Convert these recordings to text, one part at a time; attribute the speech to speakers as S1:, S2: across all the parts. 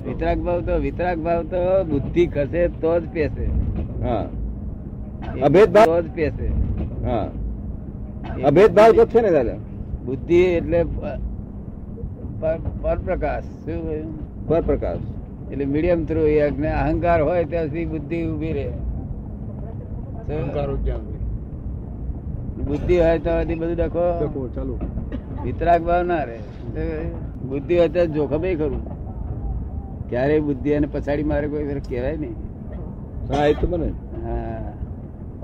S1: વિતરાગ ભાવ તો વિતરાગ ભાવ તો બુદ્ધિ ઘસે તો જ પેસે
S2: હા અભેદ ભાવ?
S1: તો જ પેસે
S2: હા અભેદ ભાવ તો છે ને દાદા
S1: બુદ્ધિ એટલે પ- પર- પરપ્રકાશ શું કહ્યું?
S2: પર પ્રકાશ
S1: એટલે મીડિયમ થ્રુ એ અજ્ઞા- અહંકાર હોય ત્યાં સુધી બુદ્ધિ ઊભી રહે બુદ્ધિ હોય તો હજી બધું ડખો
S2: ચાલુ
S1: વિતરાગ ભાવ ના રહે બુદ્ધિ હોય તો જોખમે ખરું ક્યારેય બુદ્ધિ અને પછાડી મારે કોઈ ફેર કહેવાય નહીં
S2: હા એ તો બને
S1: હા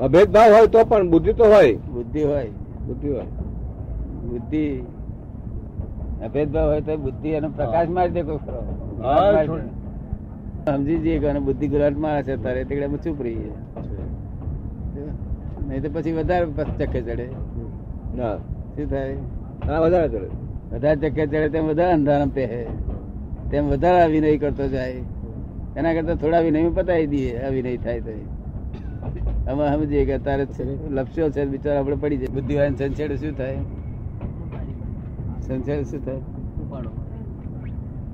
S2: અભેદ ભાવ હોય તો પણ બુદ્ધિ તો હોય
S1: બુદ્ધિ હોય
S2: બુદ્ધિ હોય
S1: બુદ્ધિ અભેદભાવ હોય તો બુદ્ધિ એનો પ્રકાશ મારી દે કોઈ ખરો.
S2: હા,
S1: મારી દે. સમજી જઈએ કે આને બુદ્ધિ ગુલાટ મારે છે તારે તે આપણે ચૂપ રહીએ નહીં તો પછી વધારે પસ ચક્કે ચડે
S2: ના
S1: શું થાય
S2: હા વધારે ચડે
S1: વધારે ચક્કે ચડે તેમ વધારે અંધારામ પહેરે તેમ વધારે અવિનય કરતો જાય એના કરતા થોડા અવિનય પતાવી દઈએ અવિનય થાય તો અમે સમજીએ કે તારે લપસ્યો છે બિચારો આપણે પડી જાય બુદ્ધિવાન સંછેડે શું થાય સંછેડે શું થાય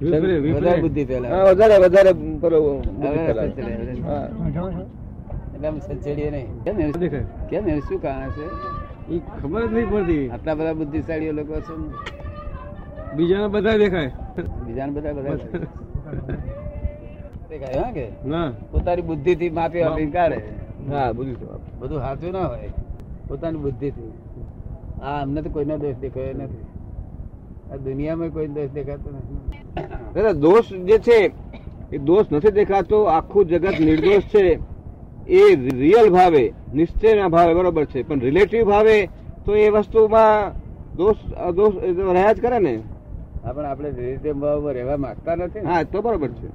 S1: વધારે બુદ્ધિ ફેલાવે.
S2: હા વધારે વધારે પેલો બુદ્ધિ
S1: હવે
S2: ફેલાવે.
S1: સંછેડે.
S2: હા
S1: એટલે આમ સંછેડીએ નહીં. કેમ એવું- કેમ એવું શું કારણ છે
S3: ખબર જ નહીં પડતી
S1: આટલા બધા બુદ્ધિશાળીઓ લોકો છે ને
S3: બીજાને બધા દેખાય
S1: બીજાને બધા બધા લાગે. દેખાય, હા કે
S3: ના
S1: પોતાની બુદ્ધિ થી માપી આપીને કાઢે
S2: હા બુદ્ધિ તો આપે.
S1: બધું સાચું ના હોય પોતાની બુદ્ધિ થી આ અમને તો કોઈનો દોષ દેખાયો નથી આ દુનિયામાં કોઈ દોષ દેખાતો નથી
S2: દાદા દોષ જે છે એ દોષ નથી દેખાતો આખું જગત નિર્દોષ છે એ રિયલ ભાવે નિશ્ચયના ભાવે બરોબર છે પણ રિલેટિવ ભાવે તો એ વસ્તુમાં દોષ દોષ રહ્યા જ કરે ને
S1: હા, પણ આપણે રીતે ભાવમાં રહેવા માંગતા નથી ને.
S2: હા તો બરોબર છે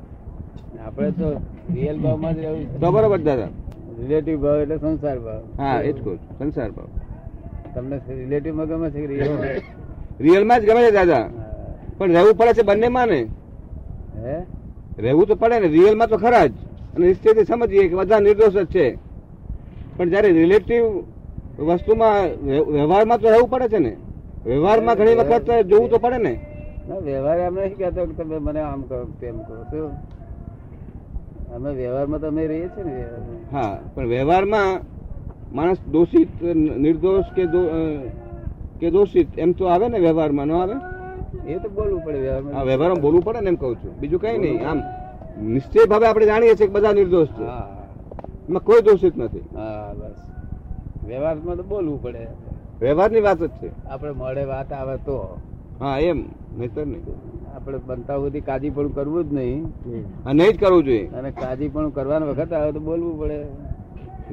S1: આપણે તો રિયલ ભાવમાં જ રહેવું
S2: તો બરોબર દાદા
S1: રિલેટિવ ભાવ એટલે સંસાર ભાવ
S2: હા એ જ કહું છું. સંસાર ભાવ
S1: તમને રિલેટિવ માં ગમે છે કે real માં?
S2: રિયલમાં જ ગમે છે દાદા
S1: હા.
S2: પણ રહેવું પડે છે બંનેમાં ને
S1: હે
S2: રહેવું તો પડે ને રિયલમાં તો ખરા જ અને નિશ્ચયથી સમજીએ કે બધા નિર્દોષ જ છે પણ જ્યારે રિલેટિવ વસ્તુમાં વ્ય- વ્યવહારમાં તો રહેવું પડે છે ને વ્યવહારમાં ઘણી વખત જોવું તો પડે ને
S1: ના, વ્યવહાર એમ નથી કહેતો કે તમે મને આમ કહો તેમ કહો શું અમે વ્યવહારમાં તમે રહીએ છીએ ને વ્યવહારમાં.
S2: હા પણ વ્યવહારમાં માણસ દોષિત નિર્દોષ કે દો- અ, કે દોષિત એમ તો આવે ને વ્યવહારમાં ન આવે
S1: એ તો બોલવું પડે
S2: આ
S1: વ્યવહારમાં
S2: વ્યવહારમાં બોલવું પડે ને એમ કહું છું બીજું કઈ નહીં આમ નિશ્ચય ભાવે આપણે જાણીએ છીએ કે બધા નિર્દોષ છે
S1: હા
S2: એમાં કોઈ દોષિત નથી
S1: હા બસ વ્યવહારમાં તો બોલવું પડે
S2: વ્યવહારની વાત જ છે
S1: આપણે મોડે વાત આવે તો
S2: હા એમ નહીતર નહીં
S1: આપણે બનતા સુધી કાજી પણ કરવું જ નહીં
S2: આ નહીં જ કરવું જોઈએ
S1: અને કાજી પણ કરવાનો વખત આવે તો બોલવું પડે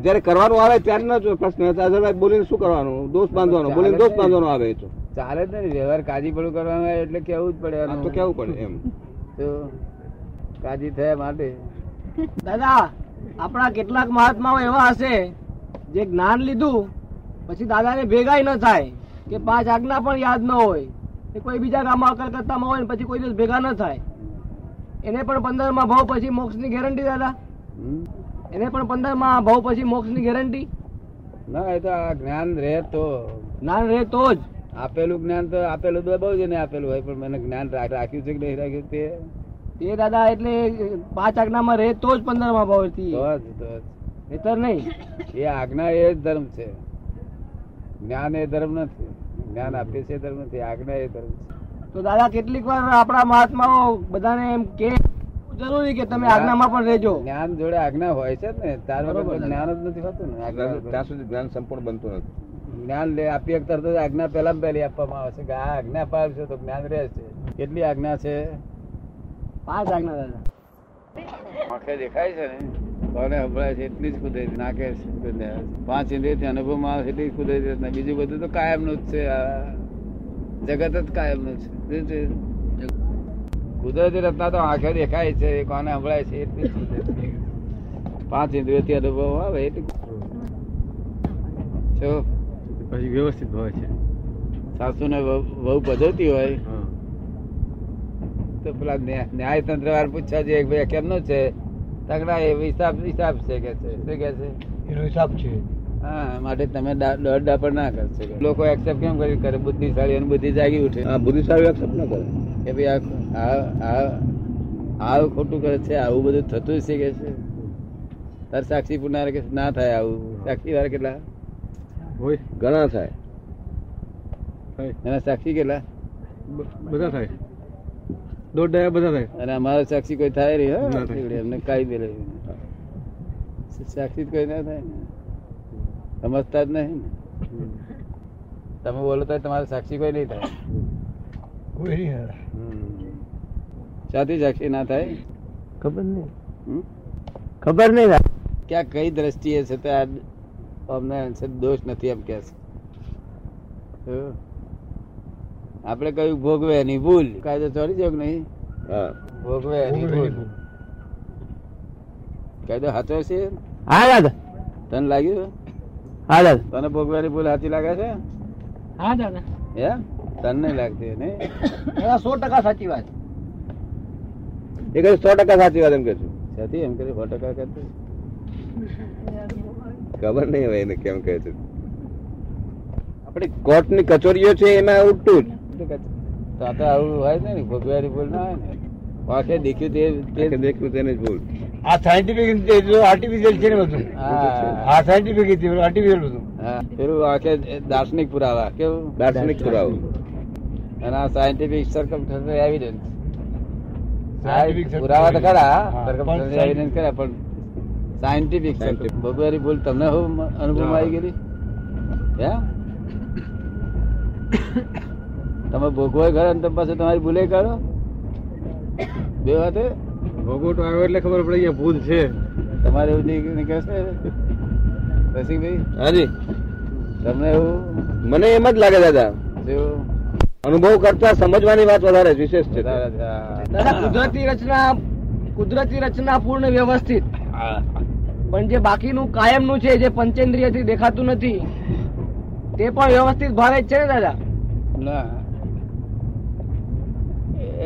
S2: જયારે કરવાનું આવે ત્યારે ન જો પ્રશ્ન હતો અધરવાઇઝ બોલીને શું કરવાનું દોષ બાંધવાનો બોલીને દોષ બાંધવાનો આવે એ તો
S1: ચાલે જ નહીં વ્યવહાર કાજી પણ કરવાનો હોય એટલે કેવું જ પડે
S2: આ
S1: આનું.
S2: તો કેવું પડે એમ
S1: તો કાજી થયા માટે
S4: દાદા આપણા કેટલાક મહાત્માઓ એવા હશે જે જ્ઞાન લીધું પછી દાદાને ભેગાય ન થાય કે પાંચ આજ્ઞા પણ યાદ ન હોય કે કોઈ બીજા ગામમાં કલકત્તામાં હોય ને પછી કોઈ દિવસ ભેગા ન થાય એને પણ પંદરમાં ભાવ પછી મોક્ષની ગેરંટી દાદા
S1: હમ?
S4: એને પણ પંદરમાં ભાવ પછી મોક્ષની ગેરંટી
S1: ના એ તો આ જ્ઞાન રહે તો
S4: જ્ઞાન રહે તો જ
S1: આપેલું જ્ઞાન તો આપેલું તો બહુ જ ને આપેલું હોય પણ મને જ્ઞાન રા- રાખ્યું છે કે નહીં રાખ્યું તે
S4: એ દાદા એટલે પાંચ આજ્ઞામાં રહે તો જ પંદરમાં ભાવ
S1: તો
S4: હતી
S1: જ- તો જ.
S4: નહીતર નહીં
S1: એ આજ્ઞા એ જ ધર્મ છે જ્ઞાન એ ધર્મ નથી જ્ઞાન આપે છે એ ધર્મ નથી આજ્ઞા એ ધર્મ છે
S4: તો દાદા કેટલીક વાર આપણા મહાત્માઓ બધાને એમ કે જરૂરી કે તમે આજ્ઞામાં પણ રહેજો
S1: જ્ઞાન જોડે આજ્ઞા હોય છે જ ને ત્યાર વગર તો જ્ઞાન જ નથી હોતું ને આજ્ઞા વગર.
S2: ત્યાં સુધી જ્ઞાન સંપૂર્ણ બનતું નથી
S1: જ્ઞાન લે આપી શકતા તો આજ્ઞા પહેલા પહેલી આપવામાં આવે છે કે આ આજ્ઞા પાડશે તો જ્ઞાન રહેશે કેટલી આજ્ઞા છે
S4: પાંચ આજ્ઞા દાદા
S1: આંખે દેખાય છે ને કોને સંભળાય છે એટલી જ કુદરતી નાખે છે પાંચ ઇન્દ્રિયથી અનુભવમાં આવે છે એટલી જ કુદરતી રચના. બીજું બધું તો કાયમનું જ છે આ જગત જ કાયમનું છે શું છે કુદરતી રચના તો આંખે દેખાય છે કોને સંભળાય છે એટલી જ કુદરતી. પાંચ ઇન્દ્રિયથી અનુભવ આવે એટલી જો
S3: પછી વ્યવસ્થિત ભાવે છે
S1: સાસુને વહુ વહુ ભજવતી હોય તો પેલા ન્યા- ન્યાયતંત્ર વાર પૂછવા જઈએ કે ભાઈ આ કેમનો છે તકડા એ હિસાબ હિસાબ છે કે છે શું કે છે
S3: એનો હિસાબ છે
S1: હા માટે તમે દા- દોડ દાપડ ના કરશો લોકો એક્સેપ્ટ કેમ કરી કરે બુદ્ધિશાળી અને બુદ્ધિ જાગી ઉઠે
S2: આ બુદ્ધિશાળી accept ન કરે
S1: કે ભાઈ આ આ- આ આવું ખોટું કરે છે આવું બધું થતું છે કે છે તાર સાક્ષી પુનાર કે ના થાય આવું સાક્ષી વાળા કેટલા
S3: હોય
S2: ઘણા થાય
S3: થાય
S1: એના સાક્ષી કેટલા
S3: બ- બધા થાય દોઢ ડાયા બધા થાય
S1: અને અમારો સાક્ષી કોઈ થાય નહીં હો?
S3: ના થાય.
S1: એમને કાઈ દે સાક્ષી તો કોઈ ના થાય ને. સમજતા જ નહીં ને. તમે બોલો તો તમારે સાક્ષી કોઈ નહીં થાય
S3: કોઈ નહીં
S1: સાથી સાક્ષી ના થાય
S4: ખબર નહીં
S1: હમ?
S4: ખબર નહીં
S1: ક્યાં કઈ દ્રષ્ટિએ છે તે આ અમને છે દોષ નથી એમ કે છે આપણે કહ્યું ભોગવે એની ભૂલ કાયદો ચોરી જાવ નહીં
S2: હા
S1: ભોગવે એની ભૂલ કાયદો સાચો છે
S4: હા દાદા
S1: તને લાગ્યું
S4: હા દાદા
S1: તને ભોગવાની ભૂલ સાચી લાગે છે
S4: હા દાદા
S1: હે તને નહીં લાગતી ને
S4: દાદા સો ટકા સાચી વાત
S2: એ કહ્યું સો ટકા સાચી વાત એમ કે છું
S1: સાથી એમ કરી ફોટોકા કરતી
S2: ખબર નહીં હવે એને કેમ કહે છે આપણી કોર્ટની કચોરીઓ છે એમાં ઉઠતું
S1: તો આ તો આવું હોય જ નહીં ને ભોગવાની ભૂલ ના હોય ને વાંકે દેખ્યું તે-
S2: જ
S1: તે
S2: દેખ્યું તેને જ ભૂલ
S3: આ સાયન્ટિફિક આર્ટિફિશિયલ છે ને બધું
S1: હા
S3: સાયન્ટિફિક આર્ટિફિશિયલ બધું
S1: હા પેલું વાંકે દાર્શનિક પુરાવા કેવું
S2: દાર્શનિક પુરાવો
S1: અને આ સાયન્ટિફિક સર્કમસ્ટન્શિયલ એવિડન્સ
S3: Scientific
S1: પુરાવા તો ખરા
S3: હા,
S1: સર્કમસ્ટન્શિયલ
S3: પણ
S1: એવિડન્સ ખરા પણ સાયન્ટિફિક
S2: Scientific.
S1: ભગવારી ભૂલ તમને શું અનુભવમાં આવી
S3: ના.
S1: ગયેલી હે તમે ભોગવો ખરા ને તમે પાસે તમારી ભૂલે કરો બે વાતે
S3: ભોગવટો આવ્યો એટલે ખબર પડી કે ભૂલ છે
S1: તમારે એવું નહીં નીકળશે રસિકભાઈ
S2: હાજી
S1: તમને એવું
S2: મને એમ જ લાગે દાદા
S1: જેવું
S2: અનુભવ કરતા સમજવાની વાત વધારે છે, વિશેષ છે
S1: વધારે છે. હા.
S4: દાદા કુદરતી રચના કુદરતી રચના પૂર્ણ વ્યવસ્થિત
S1: હા.
S4: પણ જે બાકીનું કાયમનું છે જે પંચેન્દ્રિયથી દેખાતું નથી તે પણ વ્યવસ્થિત ભાવે જ છે ને દાદા
S1: ના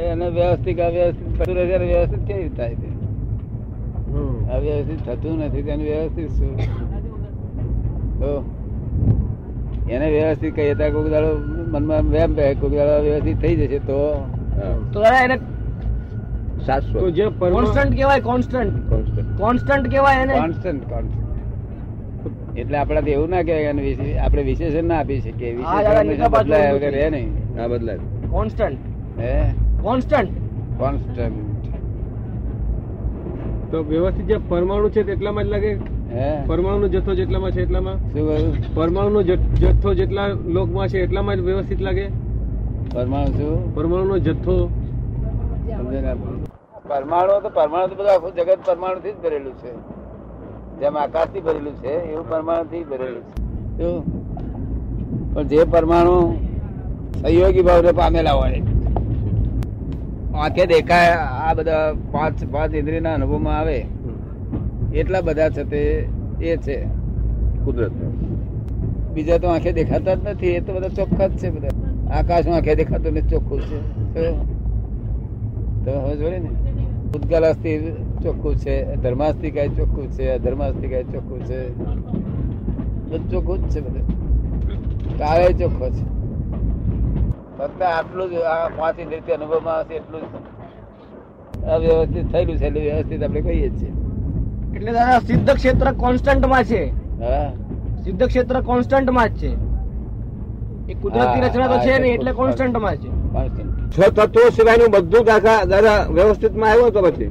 S1: એને વ્યવસ્થિત અવ્યવસ્થિત થતું રહે ત્યારે વ્યવસ્થિત કેવી રીતે થાય છે? અવ્યવસ્થિત થતું નથી તેને વ્યવસ્થિત શું તો એને વ્યવસ્થિત કહીએ ત્યારે કોઈક દાડો મનમાં વેમ બે કોઈક દાડો અવ્યવસ્થિત થઈ જશે તો
S2: હા.
S4: તો દાદા એને
S2: શાશ્વત
S3: તો જે પરમા
S4: કોન્સ્ટન્ટ કહેવાય કોન્સ્ટન્ટ
S2: constant.
S4: કોન્સ્ટન્ટ કહેવાય એને
S1: કોન્સ્ટન્ટ કોન્સ્ટન્ટ એટલે આપણા એવું ના કહેવાય કે એને વિશે- આપણે વિશેષણ ના આપી શકીએ
S4: હા, જરા
S1: વિશેષણ
S4: નીચા બાજુ
S1: બદલાય વગર રહે નહીં
S2: આ બદલાય
S4: કોન્સ્ટન્ટ
S1: હે
S4: કોન્સ્ટન્ટ
S1: કોન્સ્ટન્ટ
S3: તો વ્યવસ્થિત જે પરમાણુ છે તેટલામાં જ લાગે
S1: હે
S3: પરમાણુનો જથ્થો જેટલામાં છે એટલામાં
S1: શું કહ્યું
S3: પરમાણુનો જથ- જથ્થો જેટલા લોકમાં છે એટલામાં જ વ્યવસ્થિત લાગે
S1: પરમાણુ શું
S3: પરમાણુનો જથ્થો
S1: પરમાણુ તો પરમાણુ તો બધું આખું જગત પરમાણુ થી જ ભરેલું છે જેમ આકાશ થી ભરેલું છે એવું પરમાણુ થી ભરેલું છે શું? પણ જે પરમાણુ સહયોગી ભાવને પામેલા હોય આંખે દેખાય આ બધા પાંચ પાંચ ઇન્દ્રિયના અનુભવમાં આવે એટલા બધા છે તે એ છે
S2: કુદરત
S1: બીજા તો આંખે દેખાતા જ નથી એ તો બધા ચોખ્ખા જ છે બધા આકાશમાં આંખે દેખાતું નથી ચોખ્ખું છે તો- તો હવે જોડે ને ઉદ્ગલ અસ્થિ ચોખ્ખું છે ધર્માસ્થિ કાય ચોખ્ખું છે અધર્માસ્થિ કાય ચોખ્ખું છે બધું ચોખ્ખું જ છે બધું કાળે ચોખ્ખો છે ફક્ત આટલું જ આ પાંચ રીતે અનુભવમાં આવશે એટલું જ અવ્યવસ્થિત થયેલું છે એટલે વ્યવસ્થિત આપણે કહીએ જ છીએ
S4: એટલે દાદા સિદ્ધ ક્ષેત્ર કોન્સ્ટન્ટમાં છે
S1: હા
S4: સિદ્ધ ક્ષેત્ર કોન્સ્ટન્ટમાં જ છે એ કુદરતી
S1: હા,
S4: રચના તો
S1: હા,
S4: છે
S1: એ
S4: નહીં એટલે
S1: constant.
S4: કોન્સ્ટન્ટમાં છે
S1: constant.
S2: છ તત્વો સિવાયનું બધું દાદા દાદા વ્યવસ્થિતમાં આવ્યું તો પછી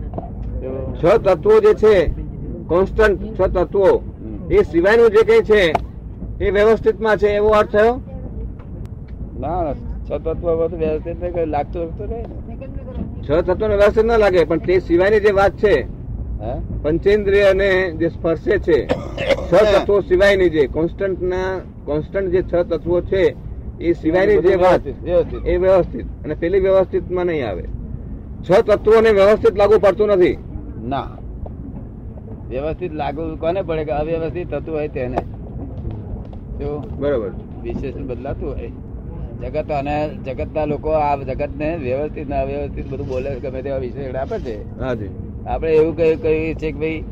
S1: એવું.
S2: છ તત્વો જે છે કોન્સ્ટન્ટ છ તત્વો
S1: હમ.
S2: એ સિવાયનું જે કઈ છે એ વ્યવસ્થિતમાં છે એવો અર્થ થયો
S1: ના છ તત્વ બધું વ્યવસ્થિત નહીં કઈ લાગતું લાગતું રહે ને
S2: છ તત્વોને વ્યવસ્થિત ના લાગે પણ તે સિવાયની જે વાત છે
S1: હા
S2: પંચેન્દ્રિય અને જે સ્પર્શે છે છ તત્વો સિવાયની જે કોન્સ્ટન્ટ ના કોન્સ્ટન્ટ જે છ તત્વો છે એ સિવાયની જે
S1: બધું
S2: વાત
S1: વ્યવસ્થિત, વ્યવસ્થિત.
S2: એ વ્યવસ્થિત અને પેલી વ્યવસ્થિતમાં નહીં આવે છ તત્વોને વ્યવસ્થિત લાગુ પડતું નથી
S1: ના વ્યવસ્થિત લાગુ કોને પડે કે અવ્યવસ્થિત થતું હોય તેને જો
S2: બરોબર
S1: વિશેષ બદલાતું હોય જગત અને જગતના લોકો આ જગતને વ્યવસ્થિત ને અવ્યવસ્થિત બધું બોલે છે, ગમે તેવા વિશેષણ આપે છે
S2: હાજી
S1: આપણે એવું કહ્યું કહ્યું છે કે ભાઈ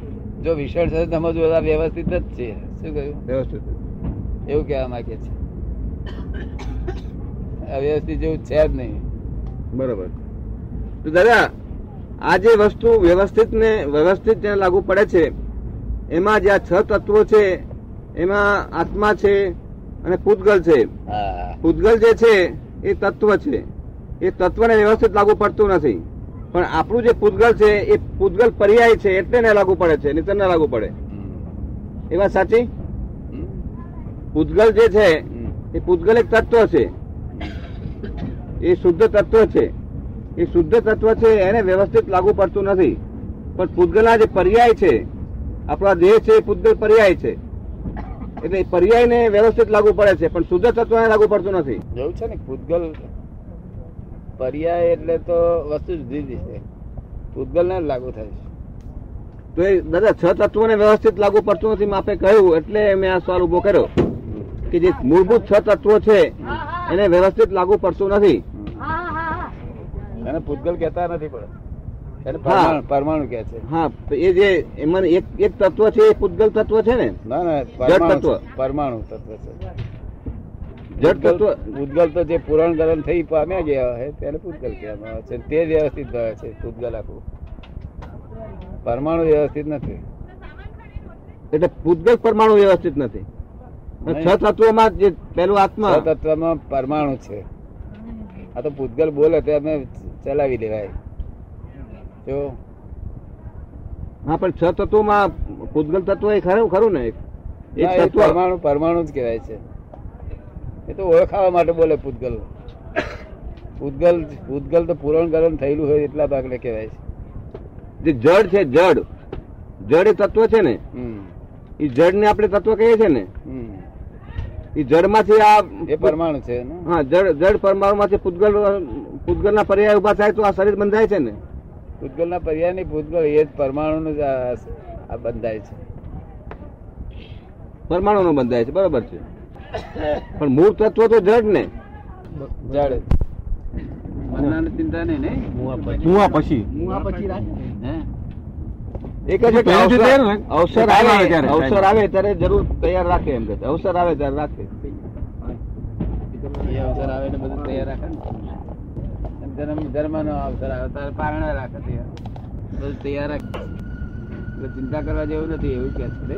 S1: જો વિશેષણ છે તો સમજવું તો આ વ્યવસ્થિત જ છે શું કહ્યું
S2: વ્યવસ્થિત
S1: એવું કહેવા માંગે છે અવ્યવસ્થિત જેવું છે જ નહીં
S2: બરોબર તો દાદા આ જે વસ્તુ વ્યવસ્થિત ને વ્યવસ્થિત જ્યાં લાગુ પડે છે એમાં જે આ છ તત્વો છે એમાં આત્મા છે અને પૂતગલ છે
S1: હા
S2: પૂતગલ જે છે એ તત્વ છે એ તત્વને વ્યવસ્થિત લાગુ પડતું નથી પણ આપણું જે પૂતગલ છે એ પૂતગલ પર્યાય છે એટલે ને લાગુ પડે છે નહીં ના લાગુ પડે
S1: હમ.
S2: એ વાત સાચી
S1: હમ.
S2: પૂતગલ જે છે
S1: હમ.
S2: એ પૂતગલ એક તત્વ છે એ શુદ્ધ તત્વ છે એ શુદ્ધ તત્વ છે એને વ્યવસ્થિત લાગુ પડતું નથી પણ પૂતગલના જે પર્યાય છે આપણા દેહ છે એ પૂતગલ પર્યાય છે એટલે એ પર્યાયને વ્યવસ્થિત લાગુ પડે છે પણ શુદ્ધ તત્વને લાગુ પડતું નથી
S1: જોયું છે ને પૂતગલ પર્યાય એટલે તો વસ્તુ જુદી જુદી છે પૂતગલ ને લાગુ થાય છે
S2: તો એ દાદા છ તત્વોને વ્યવસ્થિત લાગુ પડતું નથી માપે કહ્યું એટલે મેં આ સવાલ ઉભો કર્યો કે જે મૂળભૂત છ તત્વો છે એને વ્યવસ્થિત લાગુ પડતું નથી
S1: એને પૂતગલ કહેતા નથી પણ એને
S2: હા.
S1: પરમાણુ પરમાણુ કહે છે
S2: હા તો એ જે એમાં એક એક તત્વ છે એ પૂતગલ તત્વ છે ને
S1: ના ના પરમાણુ
S2: તત્વ.
S1: છે. પરમાણુ તત્વ છે
S2: જડ તત્વ
S1: પૂતગલ તો જે પુરાણ ગરણ થઈ પામ્યા ગયા હોય તેને પૂતગલ કહેવામાં આવે છે તે જ વ્યવસ્થિત ભાવે છે પૂતગલ આખું પરમાણુ વ્યવસ્થિત નથી
S2: એટલે પૂતગલ પરમાણુ વ્યવસ્થિત નથી અને છ તત્વોમાં જે પહેલું આત્મા
S1: છ તત્વમાં પરમાણુ છે આ તો પૂતગલ બોલે તે અમે ચલાવી લેવાય જો
S2: હા પણ છ તત્વોમાં પૂતગલ તત્વ એ ખરું ખરું ને એક એક
S1: ના, એ
S2: તત્વ
S1: પરમાણુ પરમાણુ જ કહેવાય છે એ તો ઓળખાવા માટે બોલે પૂતગલ પૂતગલ પૂતગલ તો પૂરણ ગરણ થયેલું હોય એટલા ભાગને કહેવાય છે
S2: જે જડ છે જડ જડ એ તત્વ છે ને
S1: હમ.
S2: એ જડ ને આપણે તત્વ કહીએ છીએ ને
S1: હમ.
S2: એ જડમાંથી આ
S1: એ પરમાણુ છે ને
S2: હા જડ જડ પરમાણુમાંથી પૂતગલ પૂતગલના પર્યાય ઉભા થાય તો આ શરીર બંધાય છે ને
S1: પૂતગલ ના પર્યાય નહીં પૂતગલ એ જ પરમાણુ જ આ આ બંધાય છે
S2: પરમાણુનો બંધાય છે બરાબર છે પણ મૂળ તત્વ તો જડ ને
S1: જડ ચિંતા નહીં ને
S3: મુવા પછી
S4: હું આ પછી રાખ
S2: એક જ એક
S3: પહેલેથી
S2: અવસર
S3: તૈયાર હોય.
S2: અવસર
S3: ટાઈમ આવે
S2: આવે
S3: ત્યારે.
S2: અવસર આવે ત્યારે જરૂર તૈયાર રાખે એમ કે છે. અવસર આવે ત્યારે રાખે
S1: એ અવસર આવે એટલે બધું તૈયાર રાખે ને અને ધર્મ ધર્મનો અવસર આવે ત્યારે પારણા રાખે તૈયાર બધું તૈયાર રાખે એટલે ચિંતા કરવા જેવું નથી એવું કહે છે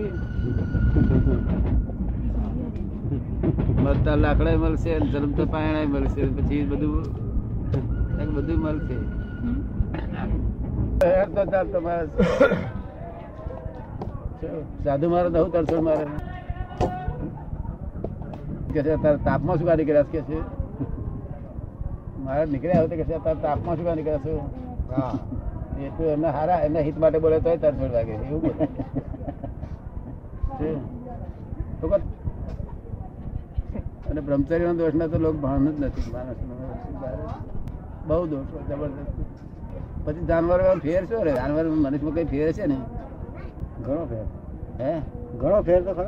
S1: નહીં? મરતા લાકડા મળશે અને ધર્મ તો પારણા મળશે પછી બધું કંઈક બધું મળશે તો ચાલ તમારે સાધુ મારે નવું તરસો મારે કે છે તારે તાપમાં શું કાઢી કર્યા છે કે છે મારે નીકળ્યા હોય તો કે છે તારે તાપમાં શું કાઢી કર્યા છો એ તો એમના હારા એમના હિત માટે બોલે તોય તાર છોડ લાગે એવું બોલે છે. તો કહો. અને બ્રહ્મચર્યનો દોષ ના તો લોકો ભાન જ નથી માણસનો બહુ દોષ હોય, જબરદસ્ત પછી જાનવરમાં ફેર શું રે જાનવર મનુષ્યમાં કઈ ફેર છે ને ઘણો ફેર હે ઘણો ફેર તો ખરો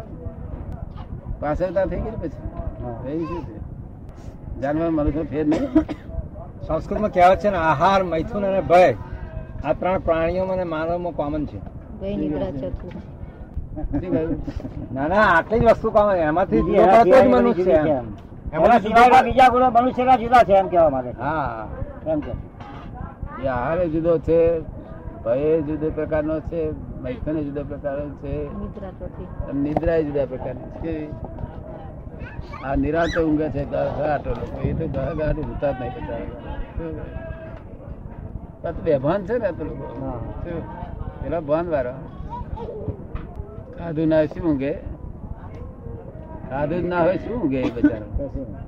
S1: પાછળતા થઈ ગઈ ને પછી રહી શું છે? જાનવર મનુષ્યમાં ફેર નહીં
S4: સંસ્કૃતમાં કહેવત છે ને આહાર મૈથુન અને ભય આ ત્રણ પ્રાણીઓમાં અને માનવમાં કોમન છે
S5: ભાઈ નીકળ્યા ચોથું
S1: શું કહ્યું?
S4: ના ના આટલી જ વસ્તુ કોમન એમાંથી
S6: બીજી એના
S4: લોકો જ
S6: સિવાય
S4: મનુષ્ય
S6: બીજી
S4: એમ.
S6: કેમ?
S4: એમના
S6: એના સિવાયના બીજા ગુણો મનુષ્યના જુદા છે એમ કહેવા માંગે છે.
S1: હા
S6: એમ કે
S1: એ આહારે જુદો છે ભય જુદો પ્રકારનો છે મૈથુને જુદો પ્રકારનો છે
S5: નીકળ્યા ચોથું
S1: અને નિદ્રા એ જુદા પ્રકારની છે કેવી? આ નિરાંત ઊંઘે છે ગા- ગાંઠો લોકો એ તો ગા- ગાંઠ ઊંઘતા જ નહીં બચારા. શું? આ તો બેભાન છે ને આ તો લોકો શું? પેલા ભાન વાળા ખાધું ના હોય શું ઊંઘે ખાધું જ ના હોય શું ઊંઘે એ બચારા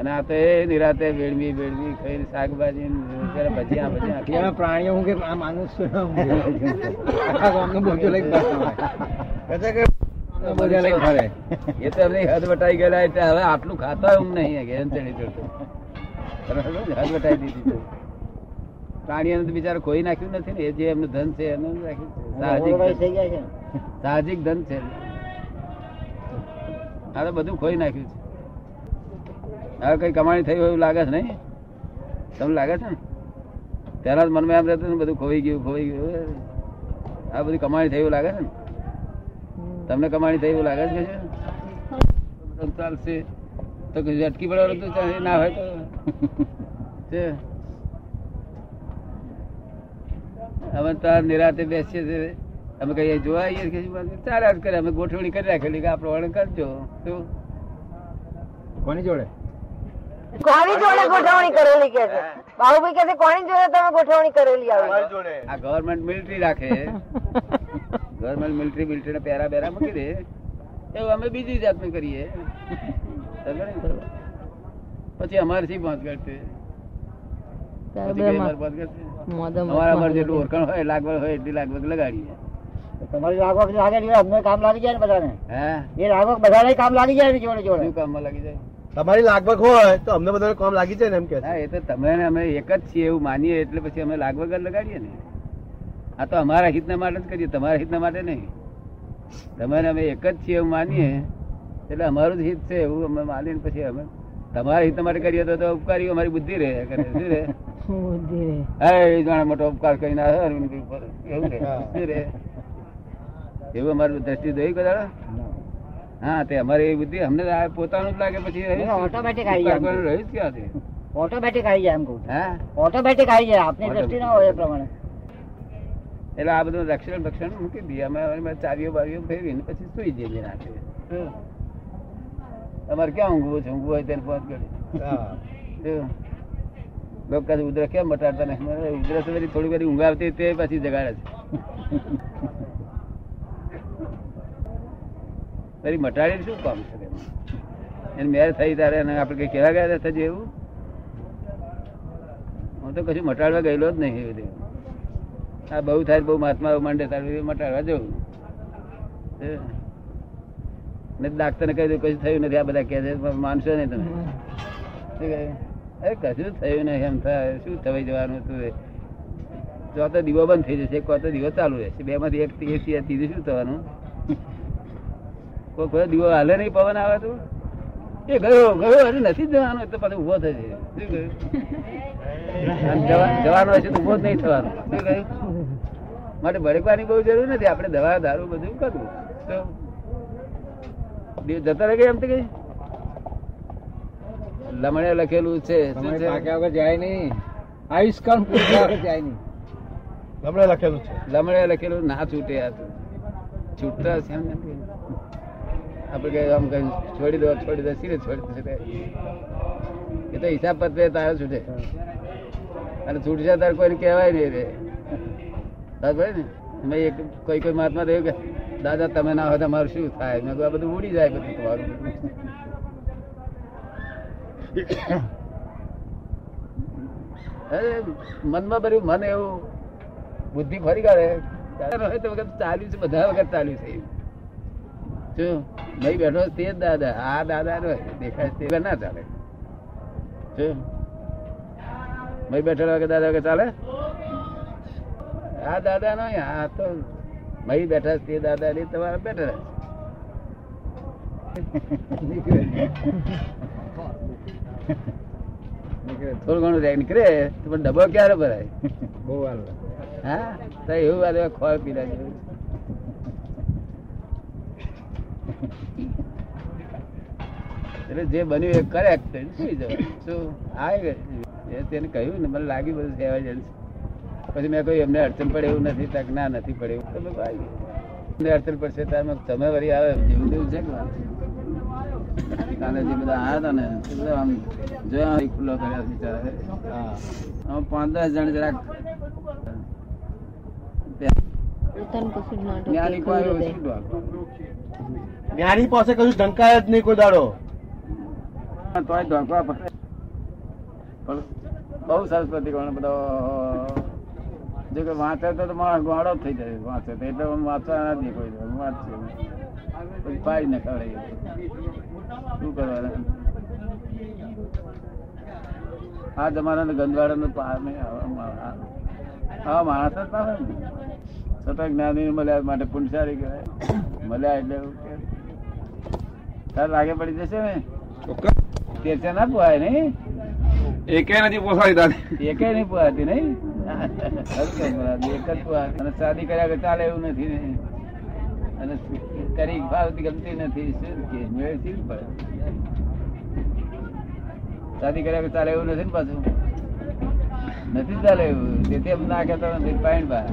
S1: અને આ તો એ નિરાતે વેડવી વેડવી ખાઈને શાકભાજી ને જરા ભજીયા ભજીયા
S4: એના પ્રાણીઓ હું કે આ માનુષ્ય ના ઊંઘે. આખા ગામનો બોજો લઈને ફરતા હોય. બોજો લઈને ફરે.
S1: એ તો એમની હદ વટાઈ ગયેલા એટલે હવે આટલું ખાતા એમ નહીં કે એમ ચડી જતો બરાબર ને? હદ વટાઈ દીધી છે પ્રાણીઓને તો બિચારો કોઈ નાખ્યું નથી ને એ જે એમનું ધન છે એનું જ રાખ્યું છે. સાહજિક
S6: ઓવરવાઇઝ
S1: ધન.
S6: થઈ ગયા છે ને.
S1: સાહજિક ધન છે આ તો બધું ખોઈ નાખ્યું છે હવે કઈ કમાણી થઈ હોય એવું લાગે છે નહીં તમને લાગે છે ને પહેલા તો મનમાં એમ રહેતું હતું ને બધું ખોઈ ગયું ખોઈ ગયું આ બધી કમાણી થઈ એવું લાગે છે ને તમને કમાણી થઈ એવું લાગે છે કે છે? ચાલશે તો કશું અટકી પડવાનું તો ચાલે, ના હોય તો છે અમે તાર નિરાતે બેસીએ છીએ અમે કહીએ જોવા આવીએ કે શું વાત છે? ચાલ્યા જ કરે અમે ગોઠવણી કરી રાખેલી કે આ પ્રમાણે કરજો શું?
S3: કોની જોડે
S5: કોની જોડે ગોઠવણી કરેલી કે છે બાહુભાઈ કે છે કોની જોડે તમે ગોઠવણી કરેલી આવી
S1: આ ગવર્મેન્ટ મિલિટરી રાખે ગવર્મેન્ટ મિલિટરી મિલિટરી પેરા બેરા મૂકી દે એવું અમે બીજી જાતનું કરીએ સમજે ને? પછી અમારથી પાંચ ગણશે.
S5: ત્યારે
S1: પછી
S5: બે
S1: કઈ
S5: માં-
S1: વાર પાંચ ગણશે?
S5: મોદમ
S1: અમારા અમારે જેટલું ઓળખાણ હોય લાગવગ હોય એટલી લાગવગ લગાડીએ
S6: તો તમારી લાગવગ લાગે એટલે અમને કામ લાગી જાય ને બધાને
S1: હે
S6: એ લાગવગ બધાને કામ લાગી જાય એની જોડે જોડે
S1: શું કામમાં લાગી જાય
S7: તમારી લાગવગ હોય તો અમને બધાને કામ લાગી જાય ને એમ કે
S1: હા એ તો તમે ને અમે એક જ છીએ એવું માનીએ એટલે પછી અમે લાગ વગર લગાડીએ ને આ તો અમારા હિતના માટે જ કરીએ તમારા હિતના માટે નહીં તમે ને અમે એક જ છીએ એવું માનીએ એટલે અમારું જ હિત છે એવું અમે માનીને પછી અમે તમારા હિતના માટે કરીએ તો તો ઉપકારી અમારી બુદ્ધિ રહે કરે શું રહે
S5: બુદ્ધિ રે
S1: અરે એ જાણે મોટો ઉપકાર કરીને આવ્યો અરવિંદ ઉપર એવું રહે શું રહે એવું અમારું દ્રષ્ટિ દઈ કદાળ હા તે અમારી એ બુદ્ધિ અમને તો આ પોતાનું જ લાગે પછી રહ્યું શું?
S6: automatic આવી જાય.
S1: ઉપકાર કરવાનું રહ્યું જ ક્યાંથી
S6: ઓટોમેટિક આવી જાય એમ કહું છું.
S1: હા
S6: ઓટોમેટિક આવી જાય આપની
S1: Automatic.
S6: દ્રષ્ટિ ના હોય એ પ્રમાણે
S1: એટલે આ બધું રક્ષણ બક્ષણ મૂકી દઈએ અમે અમારી ચાવીઓ બાવીઓ ફેરવીને પછી સુઈ જઈએ એની રાતે તમારે ક્યાં ઊંઘવું છે ઊંઘવું હોય ત્યારે પાંચ ઘડી લોકો કહે છે, ઉધરસ કેમ મટાડતા નહીં મેં કીધું, ઉધરસ તો વળી થોડી ઘડી ઊંઘ આવતી તે પછી જગાડે છે વળી મટાડીને શું કામ છે તેનું? એની મેર થઈ ત્યારે એને આપણે કઈ કહેવા ગયા હતા થજે એવું હું તો કશું મટાડવા ગયેલો જ નહીં એ બધું આ બહુ થાય બહુ મહાત્મા માંડે તારે મટાડવા જવું હે. ને ડાક્ટરને કહી દઉં કશું થયું નથી આ બધા કહે છે પણ માનશો નહીં તમે શું કહે? અરે કશું થયું નહીં એમ થાય શું થવાઈ જવાનું હતું એ? ચોથો દીવો બંધ થઈ જશે ચોથો દીવો ચાલુ રહેશે બે માંથી એક એ સિવાય ત્રીજું શું થવાનું કોઈ કોઈ દીવો હાલે નહીં પવન આવે તો એ ગયો ગયો હજી નથી જ જવાનો એટલે પાછો ઉભો થશે શું કહ્યું અને જવા- જવાનો હશે તો ઉભો જ નહીં થવાનો શું કહ્યું માટે ભડકવાની બહુ જરૂર નથી આપણે દવા દારૂ બધું કરવું તો દીવ જતા રહે કે એમ તો કઈ લમણે લખેલું છે શું
S3: તમારે
S1: છે?
S3: પાક્યા વગર જાય નહીં આયુષ્કાળ પૂર્યા વગર જાય નહીં
S7: હમણાં લખેલું છે
S1: લમણે લખેલું ના છૂટે આ તો. છૂટતા હશે એમ નથી આપણે કઈ આમ કઈ છોડી દો છોડી દો સીધે છોડી દો એ તો હિસાબ પત્ર તારો છૂટે અને છૂટશે તારે કોઈને કહેવાય નહીં રે ખબર પડી ને મેં એક કોઈ કોઈ મહાત્મા થયું કે દાદા તમે ના હોય તો અમારું શું થાય મેં કીધું, આ બધું ઉડી જાય બધું તમારું અરે મનમાં ભર્યું મન એવું બુદ્ધિ ફરી કાઢે દાદા હોય તો વખત ચાલ્યું છે બધા વખત ચાલ્યું છે શું નહીં બેઠો તે જ દાદા આ દાદા નો દેખાય તે વગર ના ચાલે શું નહીં બેઠેલા વગર દાદા વગર ચાલે આ દાદા નો આ તો મહી બેઠા છે તે દાદા ને તમારા બેઠેલા છે. નીકળે. નીકળે. થોડું ઘણું રહે નીકળે તો પણ ડબ્બો ક્યારે ભરાય
S3: બહુ વાર
S1: હા તો એવું આ દેવા ખોળ પીડા જેવું એટલે જે બન્યું એ કરેક્ટ થઈને સુઈ જવાનું શું આ એ એ તેને કહ્યું ને મને લાગી બધું કહેવાય જાય પછી મેં કહ્યું એમને અડચણ પડે એવું નથી તક ના નથી પડે એવું તમે ભાઈ એમને અડચણ પડશે ત્યારે મેં કીધું, તમે વળી આવે જેવું તેવું છે કે વાત? કાલે જે બધા આવ્યા હતા ને એ બધા આમ જોયા હોય ખુલ્લો કર્યા બિચારા આમ પાંચ દસ જણ જરાક
S5: પોતાનું કશું જ ના ટોકે,
S1: જ્ઞાની
S5: કોઈ
S1: કોઈ
S5: હૃદય.
S1: શું ડોક?
S7: જ્ઞાની પાસે કશું ઢંકાય જ નહીં કોઈ દાડો
S1: પણ તોય ધોકા પડે પણ બહુ સરસ પ્રતિકોણ બધો જો કે વાંચે તો તો માણસ ગોળો જ થઈ જાય વાંચે તો એટલે હું વાંચવા નથી કોઈ દાડો. હું વાંચું પછી પાડી નખાડે એ. શું કરવાનું આ જમાના ગંદવાડા નું પાર નહીં આવા માણસ જ ના હોય ને. છતાં જ્ઞાની મળ્યા માટે પુણ્યશાળી કહેવાય મળ્યા એટલે એવું કે તારે લાગે પડી જશે ને તેરસા ના પુહાય નહીં
S2: એકે નથી પોસાડી દાદા
S1: એકે નહીં પુહાતી નહીં સારું કામ કરાવ્યું. એક જ પુહાય. અને શાદી કર્યા વગર ચાલે એવું નથી ને. અને કરી ભાવતી ગમતી નથી શું કે મેળ શી પડે શાદી કર્યા વગર ચાલે એવું નથી ને પાછું નથી ચાલે એવું તેથી એમ ના કહેતા નથી પાણી બહાર